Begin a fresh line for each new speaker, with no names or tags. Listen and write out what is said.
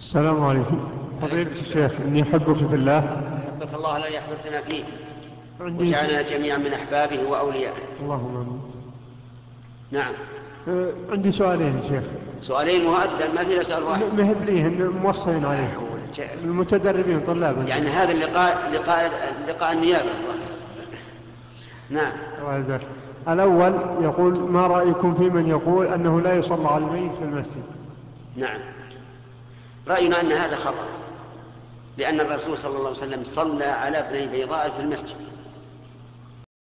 السلام عليكم فضيلة الشيخ إني أحبك في الله
أحبك الله الذي أحببتنا فيه
عندي
وجعلنا جميعا من أحبابه وأوليائه
اللهم آمين
نعم
أه، عندي سؤالين يا شيخ
سؤالين مؤذن ما فينا سؤال واحد
م- مهب لي إن موصين عليه المتدربين طلابا
يعني هذا اللقاء لقاء لقاء النيابة والله. نعم
الله يجزاك. الأول يقول ما رأيكم في من يقول أنه لا يصلى على الميت في المسجد
نعم رأينا أن هذا خطأ لأن الرسول صلى الله عليه وسلم صلى على ابني بيضاء في المسجد